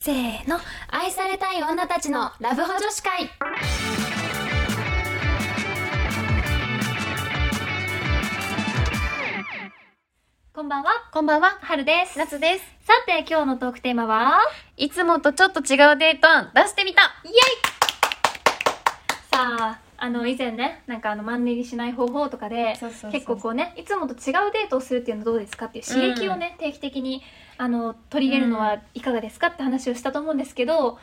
せーの愛されたい女たちのラブホ女子会こんばんはこんばんは、はるです夏です。さて今日のトークテーマはいつもとちょっと違うデート案出してみたイエイさああの以前ねなんかあのマンネリしない方法とかでそうそうそう結構こうねいつもと違うデートをするっていうのどうですかっていう刺激をね、定期的にあの取り入れるのはいかがですかって話をしたと思うんですけど、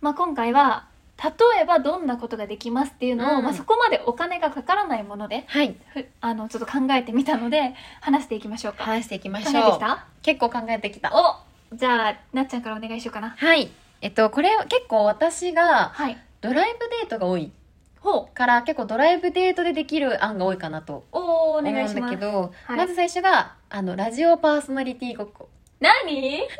まあ、今回は例えばどんなことができますっていうのを、うんまあ、そこまでお金がかからないものではい。ふあのちょっと考えてみたので話していきましょうか。話していきまし考えょてう。きた結構考えてきた。おじゃあなっちゃんからお願いしようかな。はい。えっと、これを結構私がはいドライブデートが多いほうから結構ドライブデートでできる案が多いかなとおーお思うん願いだしまけす。ど、はいまず最初が、あの、ラジオパーソナリティごっこ。何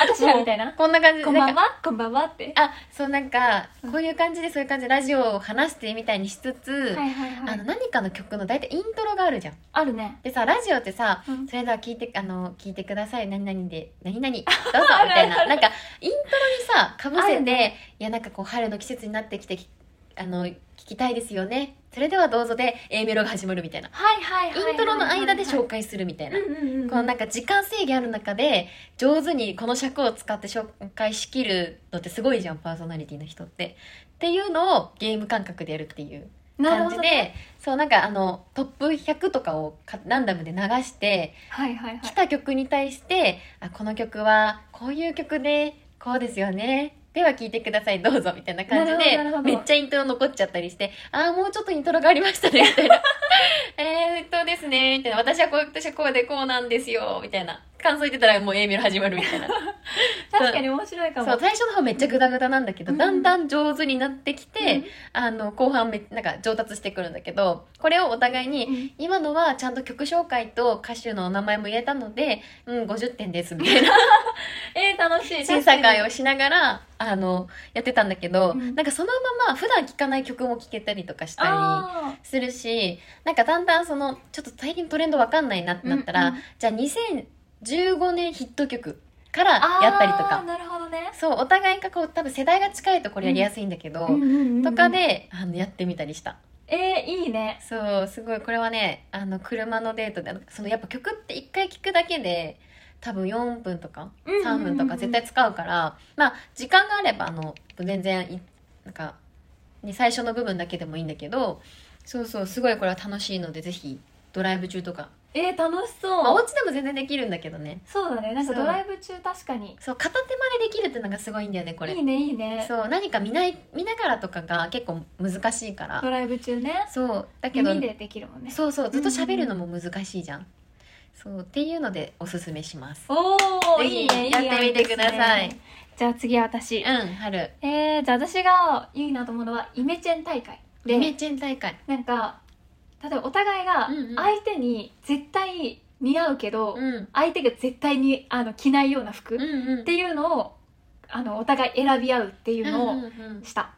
私らみたい な。こんな感じで。こんばなんんかはこんばんはって。あ、そうなんかう、んこういう感じでそういう感じでラジオを話してみたいにしつつ、はいはいはあいの、。何かの曲の大体イントロがあるじゃん。あるね。でさ、ラジオってさ、うんそれでは聞いてあの聞いてください何々で何々どうぞみたいななんかイントロにさかぶあせるて、いやなんかこう春の季節になってきてきあの聞きたいですよねそれではどうぞで A メロが始まるみたいなはいはいはいはいはいはい。イントロの間で紹介するみたいな、うんうんうんうん。このなんか時間制限ある中で上手にこの尺を使って紹介しきるのってすごいじゃんパーソナリティの人って。っていうのをゲーム感覚でやるっていうなる感ほじどで、ね。そうなんかあのトップ100とかをかランダムで流してはいはいは来い。た曲に対して、あこの曲はこういう曲でこうですよねでは聴いてくださいどうぞみたいな感じなるほどなるほでどめっちゃイントロ残っちゃったりしてあーもうちょっとイントロがありまし たねみたいなえーっとですねみたいな私はこう私はこうでこうなんですよみたいな感想言ってたらもう A メロ始まるみたい な確かに面白いかも。そう最初の方めっちゃグダグダなんだけど、うんだんだん上手になってきうてん、あの後半めなんか上達してくるんだけどこれをお互いにうん今のはちゃんと曲紹介と歌手のお名前も入れたので、うん、50点ですみ たいなえー、楽しい。審査会を確しながらあのやってたんだけど、うんなんかそのまま普段聴かない曲も聴けたりとかしたりかに。するしなんかだんだんそのちょっと最近トレンドわかんないなってなったら、うんうんじゃあ2015年ヒット曲からあーやったりとあーかなるほどね。そうお互いがこう多分世代が近いとこれやりやすいんだけど、うんうんうんとか。であのやってみたりした。えー、いいね。そうすごいこれはねあの車のデートであのそのやっぱ曲って1回聴くだけで多分4分とかうんうんうんうん3分とか絶対使うから、まあ時間があればあの全然いなんか、ね、最初の部分だけでもいいんだけどそうそうすごいこれは楽しいのでぜひドライブ中とか、えー、楽しまあ、おそう。家でも全然できるんだけどねそうだね。なんかそうドライブ中確かに。そう片手までできるってのがすごいんだよねこれいいね、いいね。そう何か見ない見ながらとかが結構難しいから、ドライブ中ね。そうだけど耳でできるもんね。そうそうずっと喋るのも難しいじゃん、そうっていうのでおすすめしますおー、ぜいひいね、いいやね。ってみてくださいいいですね。じゃあ次は私。うん春えー、じゃあ私がいいなと思うのはイメチェン大会イメでチェン大会なんか例えばお互いがうんうん相手に絶対似合うけど、うんうん相手が絶対にあの着ないような服っうんていうのをあのお互い選び合うっていううんのうをんした、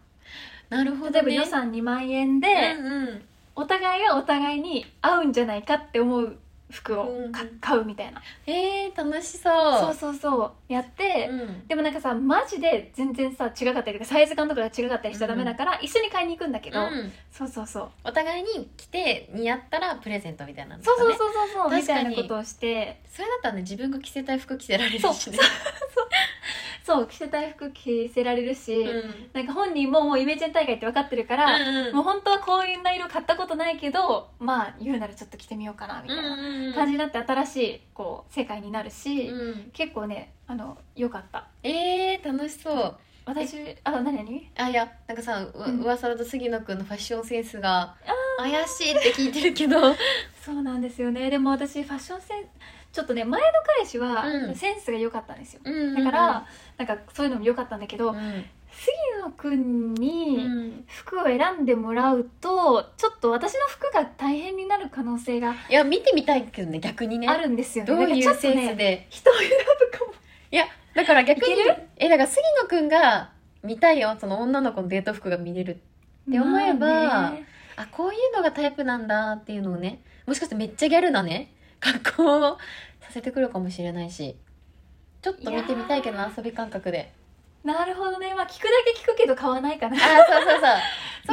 なるほど、ね、例えば予算2万円で、うんうんお互いがお互いに合うんじゃないかって思う服をかうんうん買うみたいな、えー、楽しそそううそうそうやって、うんでもなんかさマジで全然さ違かったりとかサイズ感とかが違かったりしちゃダメだから、一緒に買いに行くんだけど、うんそうそうそうお互いに来て似合ったらプレゼントみたいなのそとうかねそうそうそうそうみ確かたにいなことをしてそれだったらね自分が着せたい服着せられるそうしねそう着せたい服着せられるし、うんなんか本人ももうイメチェン大会って分かってるから、うんうんもう本当はこういう色買ったことないけどまあ言うならちょっと着てみようかなみたいなうんうん感じになって新しいこう世界になるし、うん結構ねあの良かったえー、楽しそう私あ何何あいやなんかさうわうん噂だと杉野くんのファッションセンスが怪しいって聞いてるけどうんそうなんですよねでも私ファッションセンちょっとね前の彼氏うはんセンスが良かったんですよ、うんうだんからなんかそういうのも良かったんだけど、うん杉野くんに、うん服を選んでもらうとちょっと私の服が大変になる可能性がいや見てみたいけどね逆にねあるんですよねどうなんいかちょうっとセンスねで人を選ぶかもだから逆にいけるえだから杉野くんが見たいよその女の子のデート服が見れるって思えばまあねあこういうのがタイプなんだっていうのをねもしかしてめっちゃギャルなね格好をさせてくるかもしれないしちょっと見てみたいけどな遊び感覚でなるほどねまあ聞くだけ聞くけど買わないかなあそうそうそう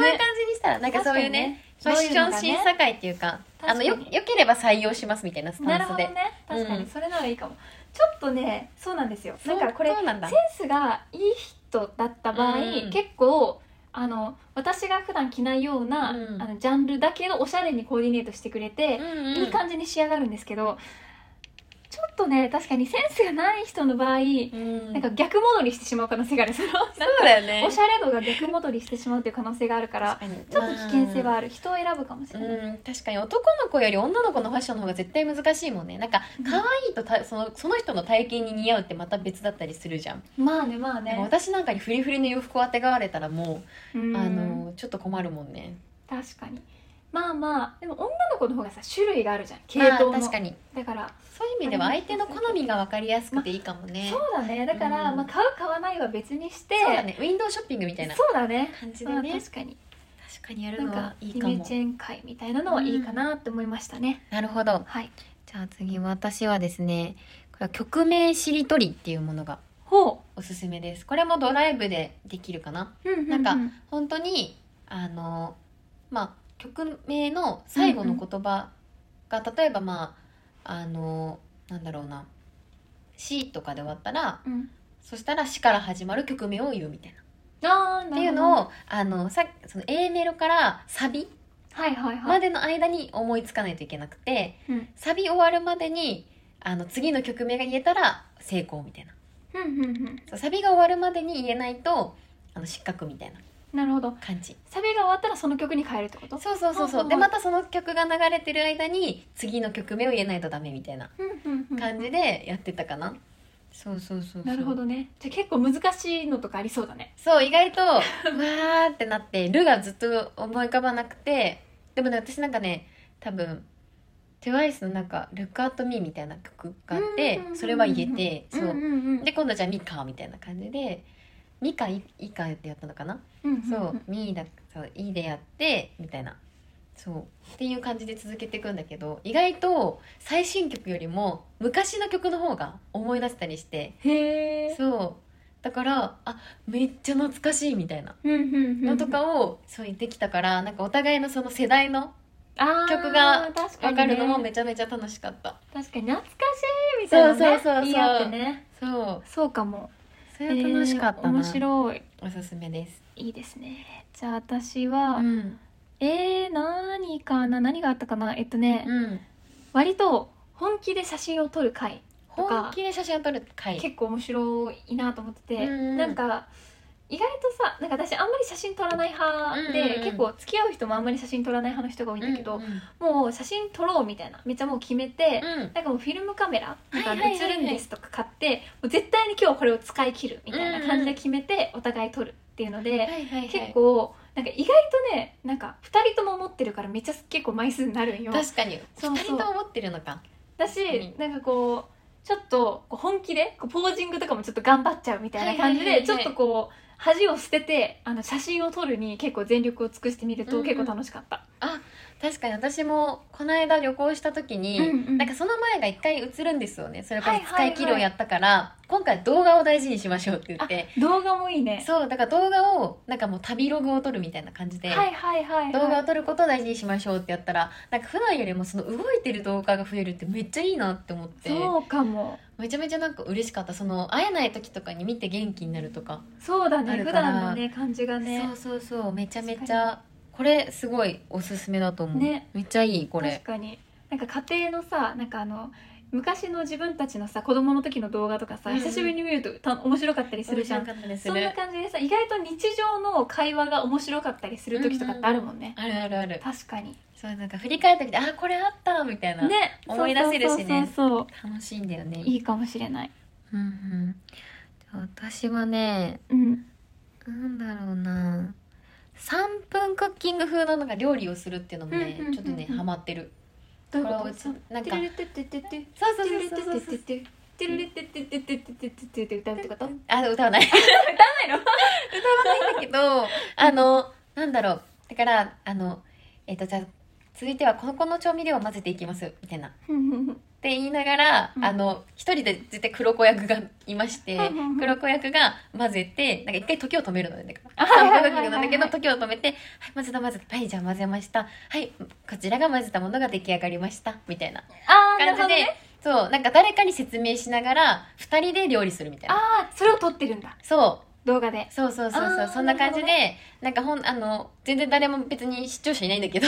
そういう感じにしたら、なんかそういうねファ確ッかにション審査会っていうかあのよ確かよければ採用しますみたいなスタなるンほスどで、ね確かうんにそれならいいかも、ちょっとねそうなんですよだからこれセそうなんだンスがいい人だった場合、うん結構あの私が普段着ないような、うんあのジャンルだけのおしゃれにコーディネートしてくれて、うんうんいい感じに仕上がるんですけどちょっとね確かにセンスがない人の場合、うんなんか逆戻りしてしまう可能性があるその そうだよねおしゃれ度が逆戻りしてしまうという可能性があるから確かにちょっと危険性はある人を選ぶかもしれない、うん、確かに男の子より女の子のファッションの方が絶対難しいもんねなんかうん可愛いとたそのその人の体型に似合うってまた別だったりするじゃん、まあねまあなんかね、私なんかにフリフリの洋服をあてがわれたらもうう、んあのちょっと困るもんね確かにまあまあでも女の子の方がさ種類があるじゃん系まあ統の、確かにだからそういう意味では相手の好みが分かりやすくていいかもね、そうだねだから、うんまあ、買う買わないは別にしてそうだねウィンドウショッピングみたいなそうだね感じでまあね確かに確かにやるなんのかはいいイかメもチェン会みたいなのはいいかなって思いましたね、なるほどはいじゃあ次私はですねこれは曲名しりとりっていうものがほおすすめですこれもドライブでできるかなう、うんなんか本当にあのまあ曲名の最後の言葉が、例えばまああのなんだろうな「し」とかで終わったらうんそしたら「し」から始まる曲名を言うみたいな。あーなるほどっていうのをあのさその A メロからサビはいはいはまい、での間に思いつかないといけなくてうんサビ終わるまでにあの次の曲名が言えたら成功みたいなうんうんうんそうサビが終わるまでに言えないとあの失格みたいななるほど感じサビが終わったらその曲に変えるってことそうそうそううそう、んうんうんでまたその曲が流れてる間に次の曲名を言えないとダメみたいなうんうんうん感じでやってたかな、そうそうそうそうなるほどねじゃあ結構難しいのとかありそうだねそう意外 とわーってなって「る」がずっと思い浮かばなくてでもね私なんかね多分 TWICE のなんか「Look at Me」みたいな曲があってうんうんうんうんそれは言えてそんううんうんで今度じゃあ「ミカ」みたいな感じで「ミカ」い「イカ」ってやったのかなうんうんそう「み」だそう「い」でやってみたいなそうっていう感じで続けていくんだけど意外と最新曲よりも昔の曲の方が思い出せたりしてへえそうだからあめっちゃ懐かしいみたいなののとかをそうできたからなんかお互いのその世代の曲曲が分分かるのもめちゃめちゃ楽しかった確かに懐かしいみたいなねそうそうそうそう言い合ってねそうそうかもそれは楽しかったな、えー面白いおすすめですいいですねじゃあ私は、んえー、何かな何があったかなえっとね、うん割と本気で写真を撮る回とか本気で写真を撮る回結構面白いなと思ってて、うんうんなんか意外とさなんか私あんまり写真撮らない派で、うんうんうん結構付き合う人もあんまり写真撮らない派の人が多いんだけど、うんうんもう写真撮ろうみたいなめっちゃもう決めて、うんなんかもうフィルムカメラなんかはいはいはいはい映るんですとか買って、もう絶対に今日これを使い切るみたいな感じで決めてお互い撮るっていうので、はいはいはい結構なんか意外とねなんか2人とも持ってるからめっちゃ結構枚数になるんよ確かにそう二そう人とも持ってるのかだし、うんなんかこうちょっとこう本気でこうポージングとかもちょっと頑張っちゃうみたいな感じはいではいちはょいはっいとこう恥を捨ててあの写真を撮るに結構全力を尽くしてみるうんとうん結構楽しかった、確かに私もこの間旅行した時に、うんうんなんかその前が一回映るんですよねそれからはいはい使はいい切るをやったから、今回動画を大事にしましょうって言って動画もいいねそうだから動画をなんかもう旅ログを撮るみたいな感じで、はいはいはい、はい、動画を撮ることを大事にしましょうってやったらなんか普段よりもその動いてる動画が増えるってめっちゃいいなって思ってそうかもめちゃめちゃなんか嬉しかったその会えない時とかに見て元気になるとかそうだあねる普から段のね感じがねそうそうそうめちゃめちゃこれすごいおすすめだと思う、ねめっちゃいいこれ確かになんか家庭のさなんかあの昔の自分たちのさ子供の時の動画とかさ、うんうん久しぶりに見るとた面白かったりするじゃん面白かったりすそんなる感じでさ意外と日常の会話が面白かったりする時とかってあるもんね、あるあるある確かにそうなんか振り返ってみてあこれあったみたいな、ね思い出せるしねそうそうそう楽しいんだよねそういいかもしれないうんうんじゃあ私はねうんなんだろうな3分クッキング風なのが料理をするっていうのもね、うんうんうんうんちょっとねハマってるどういうここれとをちょななんんかかテレレテテテテテそうそテうレそうレテそうそうそテうテテテレレテテテテテテテテテ歌うってことあ歌わない歌わないの歌わないんだけどあのなんだろうだからあのえっ、とじゃあ続いてはこのこの調味料を混ぜていきますみたいなって言いながら、うんあの一人で絶対黒子役がいましてはいはいはい黒子役が混ぜてなんか一回時を止めるのねだからあはいはいはい黒子役なんだけど時を止めて「はい混ぜた混ぜたはいじゃあ混ぜましたはいこちらが混ぜたものが出来上がりました」みたいなあーな感るじほで、どねそうなんか誰かに説明しながら2人で料理するみたいなああそれを撮ってるんだそう動画でそうそうそうそあーうそんな感じでなるなんかほんあの全然誰も別に視聴者いないんだけど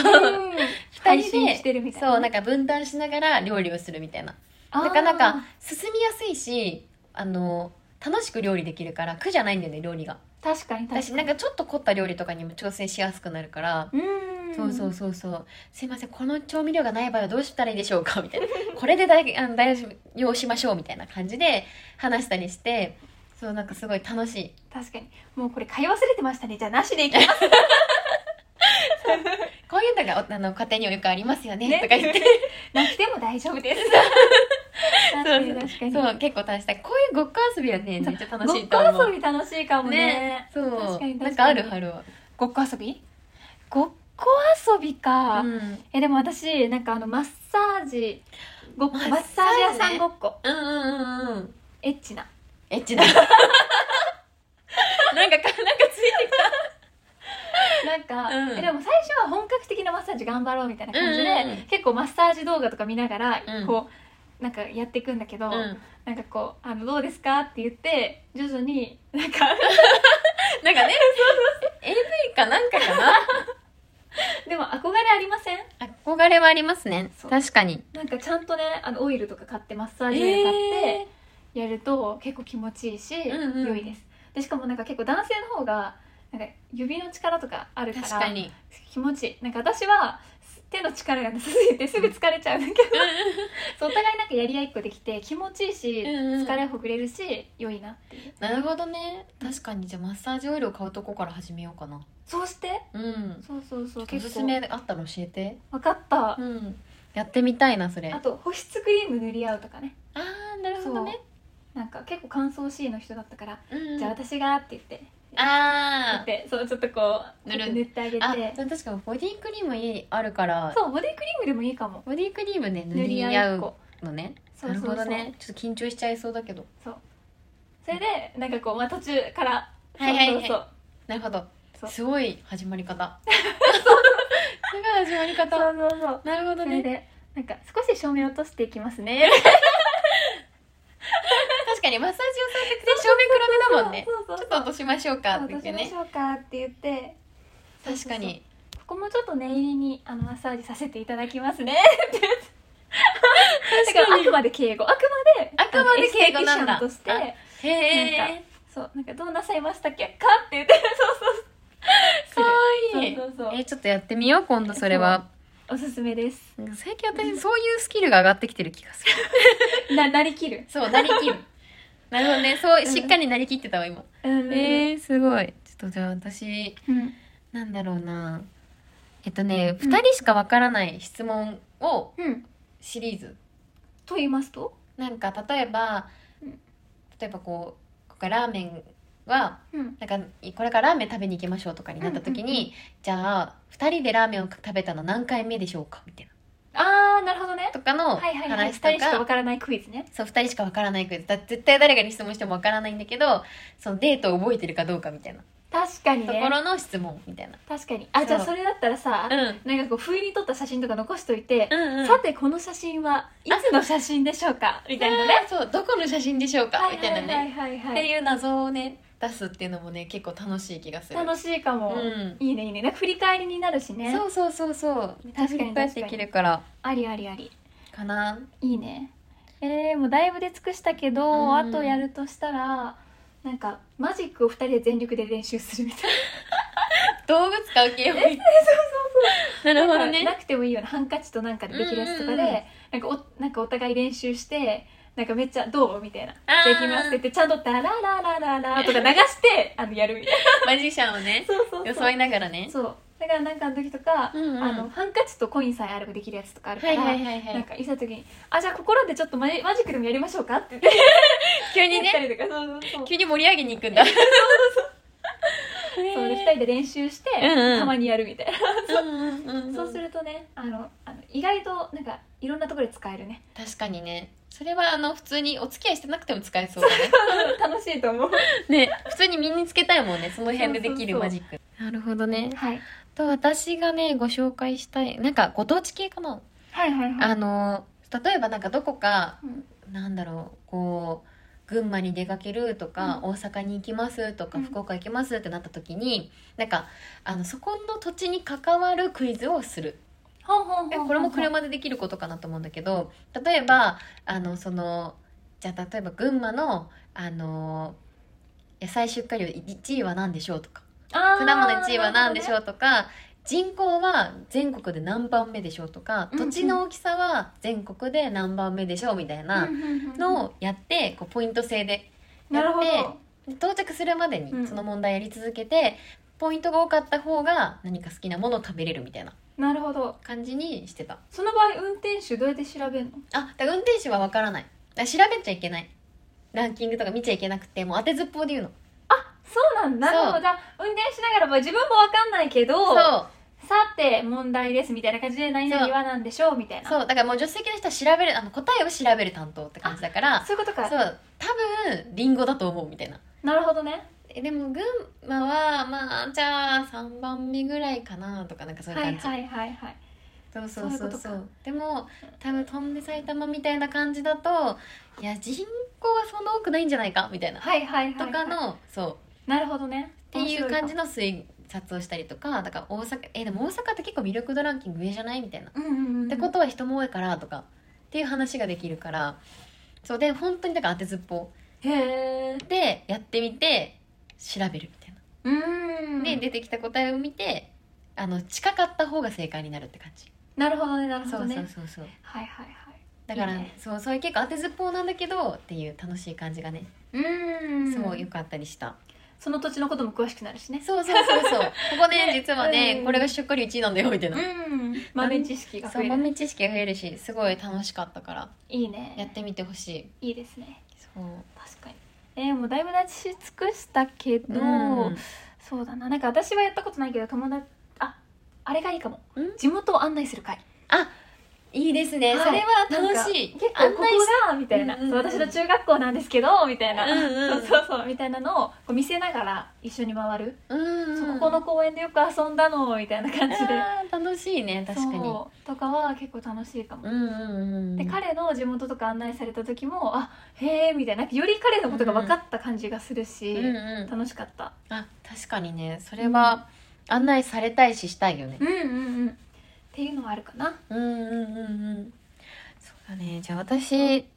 配信してるみたいなそうなんか分担しながら料理をするみたいなあーなかなか進みやすいしあの楽しく料理できるから苦じゃないんだよね料理が確かに確私かなんにかちょっと凝った料理とかにも挑戦しやすくなるから、うんそうそうそうそうすいませんこの調味料がない場合はどうしたらいいでしょうかみたいなこれで代あの代用しましょうみたいな感じで話したりしてそうなんかすごい楽しい確かにもうこれ買い忘れてましたねじゃあなしでいき ますこういうのがおあの家庭にもよくありますよねねとか言って なくても大丈夫 です確かそうに確かにそう結構楽しいこういうごっこ遊びはねめっちゃ楽しいとご思うっこ遊び楽しいかもねねそう確かに確かになんかあるはるはごっこ遊びごっこ遊びか、うん、うんえでも私なんかあのマッサージごっこマッサージねマッサージ屋さんごっこうんうんうんエッチなエッチだ なんかなんかついてきたなんか、うんえでも最初は本格的なマッサージ頑張ろうみたいな感じで、うんうんうん結構マッサージ動画とか見ながらうんこう、なんかやっていくんだけど、うんなんかこうあの「どうですか?」って言って徐々になんか なんかね AV かなんかかなでも憧れありません憧れはありますねそう確かになんかちゃんとねあのオイルとか買ってマッサえージオイル買って、ー、やると結構気持ちいいし、うんうん良いですでしかもなんか結構男性の方がなんか指の力とかあるから確かに気持ちいいなんか私は手の力がなさすぎてすぐ疲れちゃうんだけど そうお互いなんかやり合いっこできて気持ちいいし、うんうん疲れほぐれるし良いなっていうなるほどね確かにじゃあマッサージオイルを買うとこから始めようかなそうしてうんそうそうそうお結すす構めあったら教えて分かった、うんやってみたいなそれあと保湿クリーム塗り合うとかねあーなるほどねなんか結構乾燥しいの人だったから、うんじゃあ私がって言って言っあーてそうちょっとこう塗る塗ってあげてあでも確かにボディクリームいいあるからそうボディクリームでもいいかもボディクリームね塗塗りり合合いっうこのねそなうるそうそほうどねちょっと緊張しちゃいそうだけどそれでなんかこう、まあ、途中からはいはいはいそうそうそうなるほどそうすごい始ま り方すごい始まりそ方うそうそうなるほそどれねでなんか少し照明落としていきますね確かにマッサージをされて照明暗めだもんねそうそうちそょっうと落としましょうかってど言うってしまねしょうかって言ってそう確かにここもちょっと念入りにあのマッサージさせていただきますねだ確からかあにくまで敬語あくまであくまで敬語なんだあのエステティシャンとしてへえそうなんかどうなさいましたっけかって言 ってかそうわそういいそうそうそうえちょっとやってみよう今度それはおすすめですなんか最近私そういうスキルが上がってきてる気がす るななりきるそうなりきる なるほどねそううんしっかりなりきってたわ今うんえー、すごいちょっとじゃあ私うんなんだろうなえっとね、二2人しかわからない質問をうんシリーズと言いますとなんか例えばうん例えばこうここラーメンはうんなんかこれからラーメン食べに行きましょうとかになった時に、うんうんうじゃあ2人でラーメンを食べたの何回目でしょうかみたいなあーなるほどねとかのはいはいはい、2話と人か、しかわからないクイズねそう2人しかわからないけどだ絶対誰かに質問してもわからないんだけどそのデートを覚えてるかどうかみたいな確かにとこねろの質問みたいな。確かにあそうじゃあそれだったらさ、うんなんかこう不意に撮った写真とか残しといて、うんうんさてこの写真はいつの写真でしょうかみたいなねあーそうどこの写真でしょうかみたいなね、はいはいはいはっていいう謎をね出すっていうのもね結構楽しい気がする楽しいかも、うんいいねいいねなんか振り返りになるしねそうそうそうそう確かに確かにできるからありありありかないいねえー、もうだいぶで尽くしたけど、うんあとやるとしたらなんかマジックを2人で全力で練習するみたい道具使う系もそうそうそう ななるほどなんかなねくてもいいようなハンカチとなんかでできるやつとかうんうんうんで、なんかおなんかお互い練習してなんかめっちゃ「どう?」みたいな「あーじゃあ行きます」って言ってちゃんと「ダラララララ」とか流 してあのやるみたいなマジシャンをねそうそう装いながらねそうだからなんかの時とか、うんうんあのハンカチとコインさえあればできるやつとかあるかはら、いはいはいはなんいかいざ時に「あじゃあ心でちょっとマジマジックでもやりましょうか」 って言って急にやったねりとかそうそう そう急に盛り上げに行くんだそうそうそうで2人で練習して、うんうんたまにやるみたいな、人そうするとねあのあのい意外となんかいろんなところで使える ね確かにねそれはあの普通にお付き合いしてなくても使えそうだね楽しいと思うね普通に身につけたいもんねその辺でできるそうそマうそうジックなるほどねはい、と私がねご紹介したいなんかご当地系かな、はいはいはいあの例えばなんかどこかうんなんだろうこう群馬に出かけるとか、大阪に行きますとか、うん福岡行きますってなった時になんかあのそこの土地に関わるクイズをするほんほんほんえほんこれも車でできることかなと思うんだけど例えばあのそのじゃあ例えば群馬のあの野菜出荷量1位は何でしょうとかあ果ー物1位は何でしょなるうとか、人口は全国で何番目でしょうとかうんう土ん地の大きさは全国で何番目でしょうみたいほどなねうんうんうんのをやってこうポイント制でなるほどやって到着するまでうにんその問題やり続けて、ポイントが多かった方が何か好きなものを食べれるみたいななるほど感じにしてたその場合運転手どうやって調べるのあだから運転手は分からないあ調べちゃいけないランキングとか見ちゃいけなくてもう当てずっぽうで言うのそうなんだそうなるほどじゃあ運転しながらも自分もわかんないけどそうさて問題ですみたいな感じで何々は何でしょうみたいなそうだからもう助手席の人は調べるあの答えを調べる担当って感じだからそういうことかそう多分リンゴだと思うみたいななるほどねえでも群馬はまあじゃあ3番目ぐらいかなとかなんかそういうは感いじ、はいはいはいそうそうそそいうううこそとうかでも多分飛んで埼玉みたいな感じだといや人口はそんな多くないんじゃないかみたいな、はいはいはいはいとかのそうなるほどねっていう感じのの推察をしたりとかだから大阪えでも大阪って結構魅力度ランキング上じゃないみたいな、うんうんうんってことは人も多いからとかっていう話ができるからそうで本当にだから当てずっぽへえうでやってみて調べるみたいな。うーんで出てきた答えを見てあの近かった方が正解になるって感じ、なるほどねなるほそどうねそうそうそうはいはいはいだからいいねそうそういう結構当てずっぽうなんだけどっていう楽しい感じがね、うーんそうよかったりしたその土地のことも詳しくなるしねそうそうそう そうここねね実はね、うんこれが出荷量1位なんだよみたいな、うん豆知識が増そうえる豆知識が増えるしすごい楽しかったからいいやねってみてほしいいいですねそう確かにえーもうだいぶ出し尽くしたけど、うんそうだななんか私はやったことないけど友達ああれがいいかもん地元を案内する会いいですね、はいそれは楽しい結構ここ案内しがみたいな、うんうんうんそう私の中学校なんですけどみたいな、うんうんそうそうそうみたいなのをこう見せながら一緒に回る、うんうんそうここの公園でよく遊んだのみたいな感じであー楽しいね確かにうそうとかは結構楽しいかも、んうんうんで彼の地元とか案内された時もあへえみたいななんかより彼のことが分かった感じがするし、うんうん楽しかったあ確かにねそれは案内されたいししたいよねうんうんうんっていうのはあるかなうんうんうんうんそうだねじゃあ私ち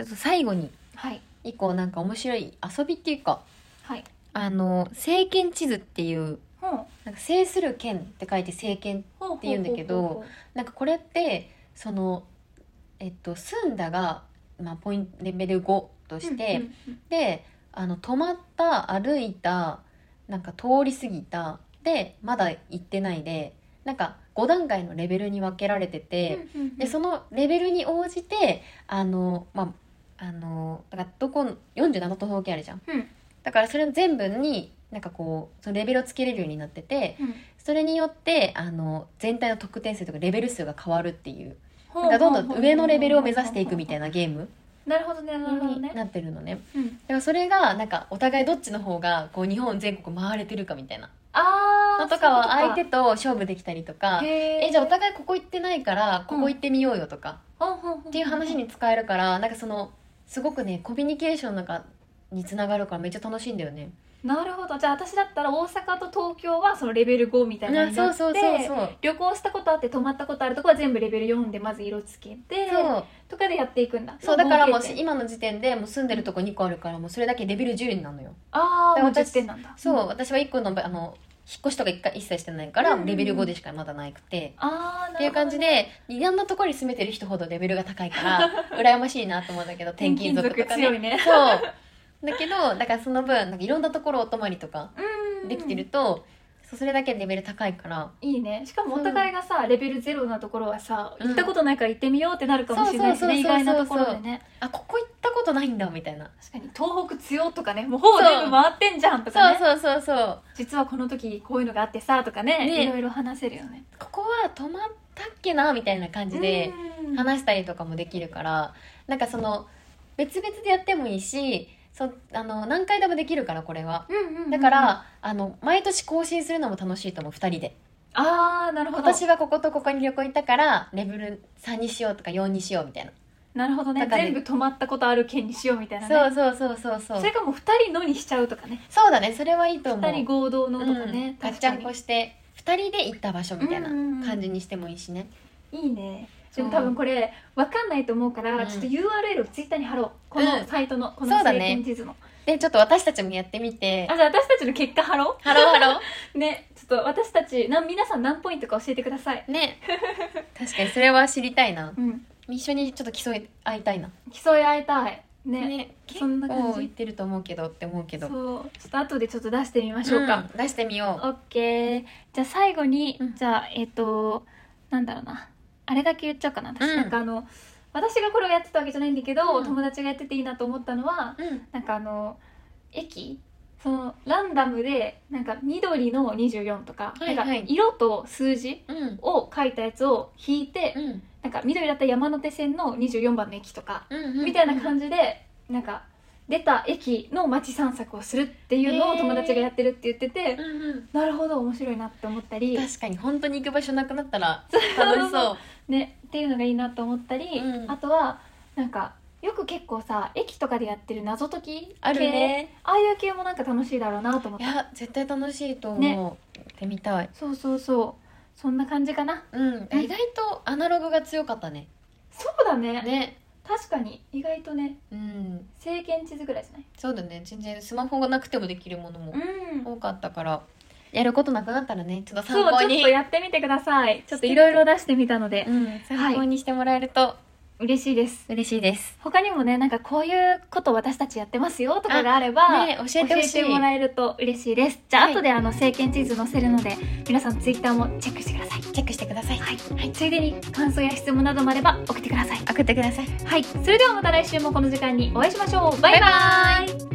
ょっと最後にはい一個なんか面白い遊びっていうかはいあの政権地図っていうほうなんか制する権って書いて政権ほうほうって言うんだけどほうほうほなんかこれってそのえっと住んだが、まあ、ポイントレベル5とうして、うんうんであの止まった歩いたなんか通り過ぎたでまだ行ってないでなんか5段階のレベルに分けられうてんて、うんうんでそのレベルに応じてあのまああのだからどこ47都道府県あるじゃん、うんだからそれの全部になんかこうそのレベルをつけれるようになっててうんそれによってあの全体の得点数とかレベル数が変わるっていうほうなほんうほかどうんどん上のレベルを目指していくみたいななゲームなるほどねなるほどにねなってるのね。うんでもそれがなんかお互いどっちの方がこう日本全国回れてるかみたいなあのあとかは相手と勝負できたりとかええじゃあお互いここ行ってないからここ行ってみようよとかっっていう話に使えるからなんかそのすごくねコミュニケーションなんかにつながるからめっちゃ楽しいんだよね。なるほどじゃあ私だったら大阪と東京はそのレベル5みたいなのにそなうってそうそうそう旅行したことあって泊まったことあるとこは全部レベル4でまず色つけてそうとかでやっていくんだそうだからもう合計点今の時点でもう住んでるとこ2個あるからもうそれだけレベル10になるのよ。ああだもかうら10私点なんだそううん私は1個のあの引っ越しとか一回一切してないからレベル5でしかまだなくて。ああっていう感じでいろんなところに住めてる人ほどレベルが高いから 羨ましいなと思うんだけど転転勤勤族と族か強いねねそうだけどだからその分なんかいろんなところお泊まりとかうんできてると、そうそれだけでレベル高いからいいねしかもお互いがさレベルゼロなところはさうん行ったことないから行ってみようってなるかもしれないしそうねそうそうそう意外なところでねあここ行ったこことないんだみたいな確かに東北強とかねもうほぼ全部回ってんじゃんとかそうねそうそうそう実はこの時こういうのがあってさとかねねいろいろ話せるよねここは止まったっけなみたいな感じでうん話したりとかもできるからなんかその別々でやってもいいしそあの何回でもできるからこれはうんうんうんだからあの毎年更新するのも楽しいと思う2人でああなるほど私はこことここに旅行行ったからレベル3にしようとか4にしようみたいななるほどねだからね全部止まったことある件にしようみたいなねそうそうそうそうそうそれかもう2人のにしちゃうとかねそうだねそれはいいと思う2人合同のとかうねん、ガッ確チかャンにコして2人で行った場所みたいなうんうんうん感じにしてもいいしね、いいねそでうも多分これ分かんないと思うから、うんちょっと URL をツイッターに貼ろうこうんのサイトの、このそうだね晴天地図の、でちょっと私たちもやってみてあじゃあ私たちの結果貼ろハローハロうねちょっと私たちなん皆さん何ポイントか教えてください ーね確かにそれは知りたいなうん一緒にちょっと競い合いたいな競い合いたいねね結そんな感構じ言ってると思うけどって思うけそどうちょっと後でちょっと出してみましょうか、うん出してみよオッケーじゃあ最後に、うんじゃあえっ、となんだろうなあれだけ言っちゃおうかな私、うんなんかあの私がこれをやってたわけじゃないんだけど、うん友達がやってていいなと思ったのはううんなんかあの駅そのランダムでなんか緑の24とか,、はいはいなんか色と数字うんを書いたやつを引いて、うんなんか緑だったら山手線の24番の駅とか、うんうんみたいな感じでなんか出た駅の街散策をするっていうのをへー友達がやってるって言ってて、うんうんなるほど面白いなって思ったり、確かに本当に行く場所なくなったら楽しそうね、っていうのがいいなと思ったり、うんあとはなんかよく結構さ駅とかでやってる謎解きあるねああいう系もなんか楽しいだろうなと思っいたや絶対楽しいと思う、ねやってみたいそうそうそうそんな感じかなうん意外とアナログが強かったねそうだねね確かに意外とねうん政権地図ぐらいじゃないそうだね全然スマホがなくてもできるものもうん多かったからやることなくなったらねちょっとそ参う考ちょっにとやってみてくださいちょっといろいろ出してみたのでうん、参考にしてもらえると嬉しいです嬉しいです、他にもねなんかこういうこと私たちやってますよとかがあればね教えてほしいもらえると嬉しいですじゃあ、はい後であの政権地図載せるので皆さんツイッターもチェックしてくださいチェックしてください、はい、ついでに感想や質問などもあれば送ってください送ってくださいはいそれではまた来週もこの時間にお会いしましょうバイババイバイ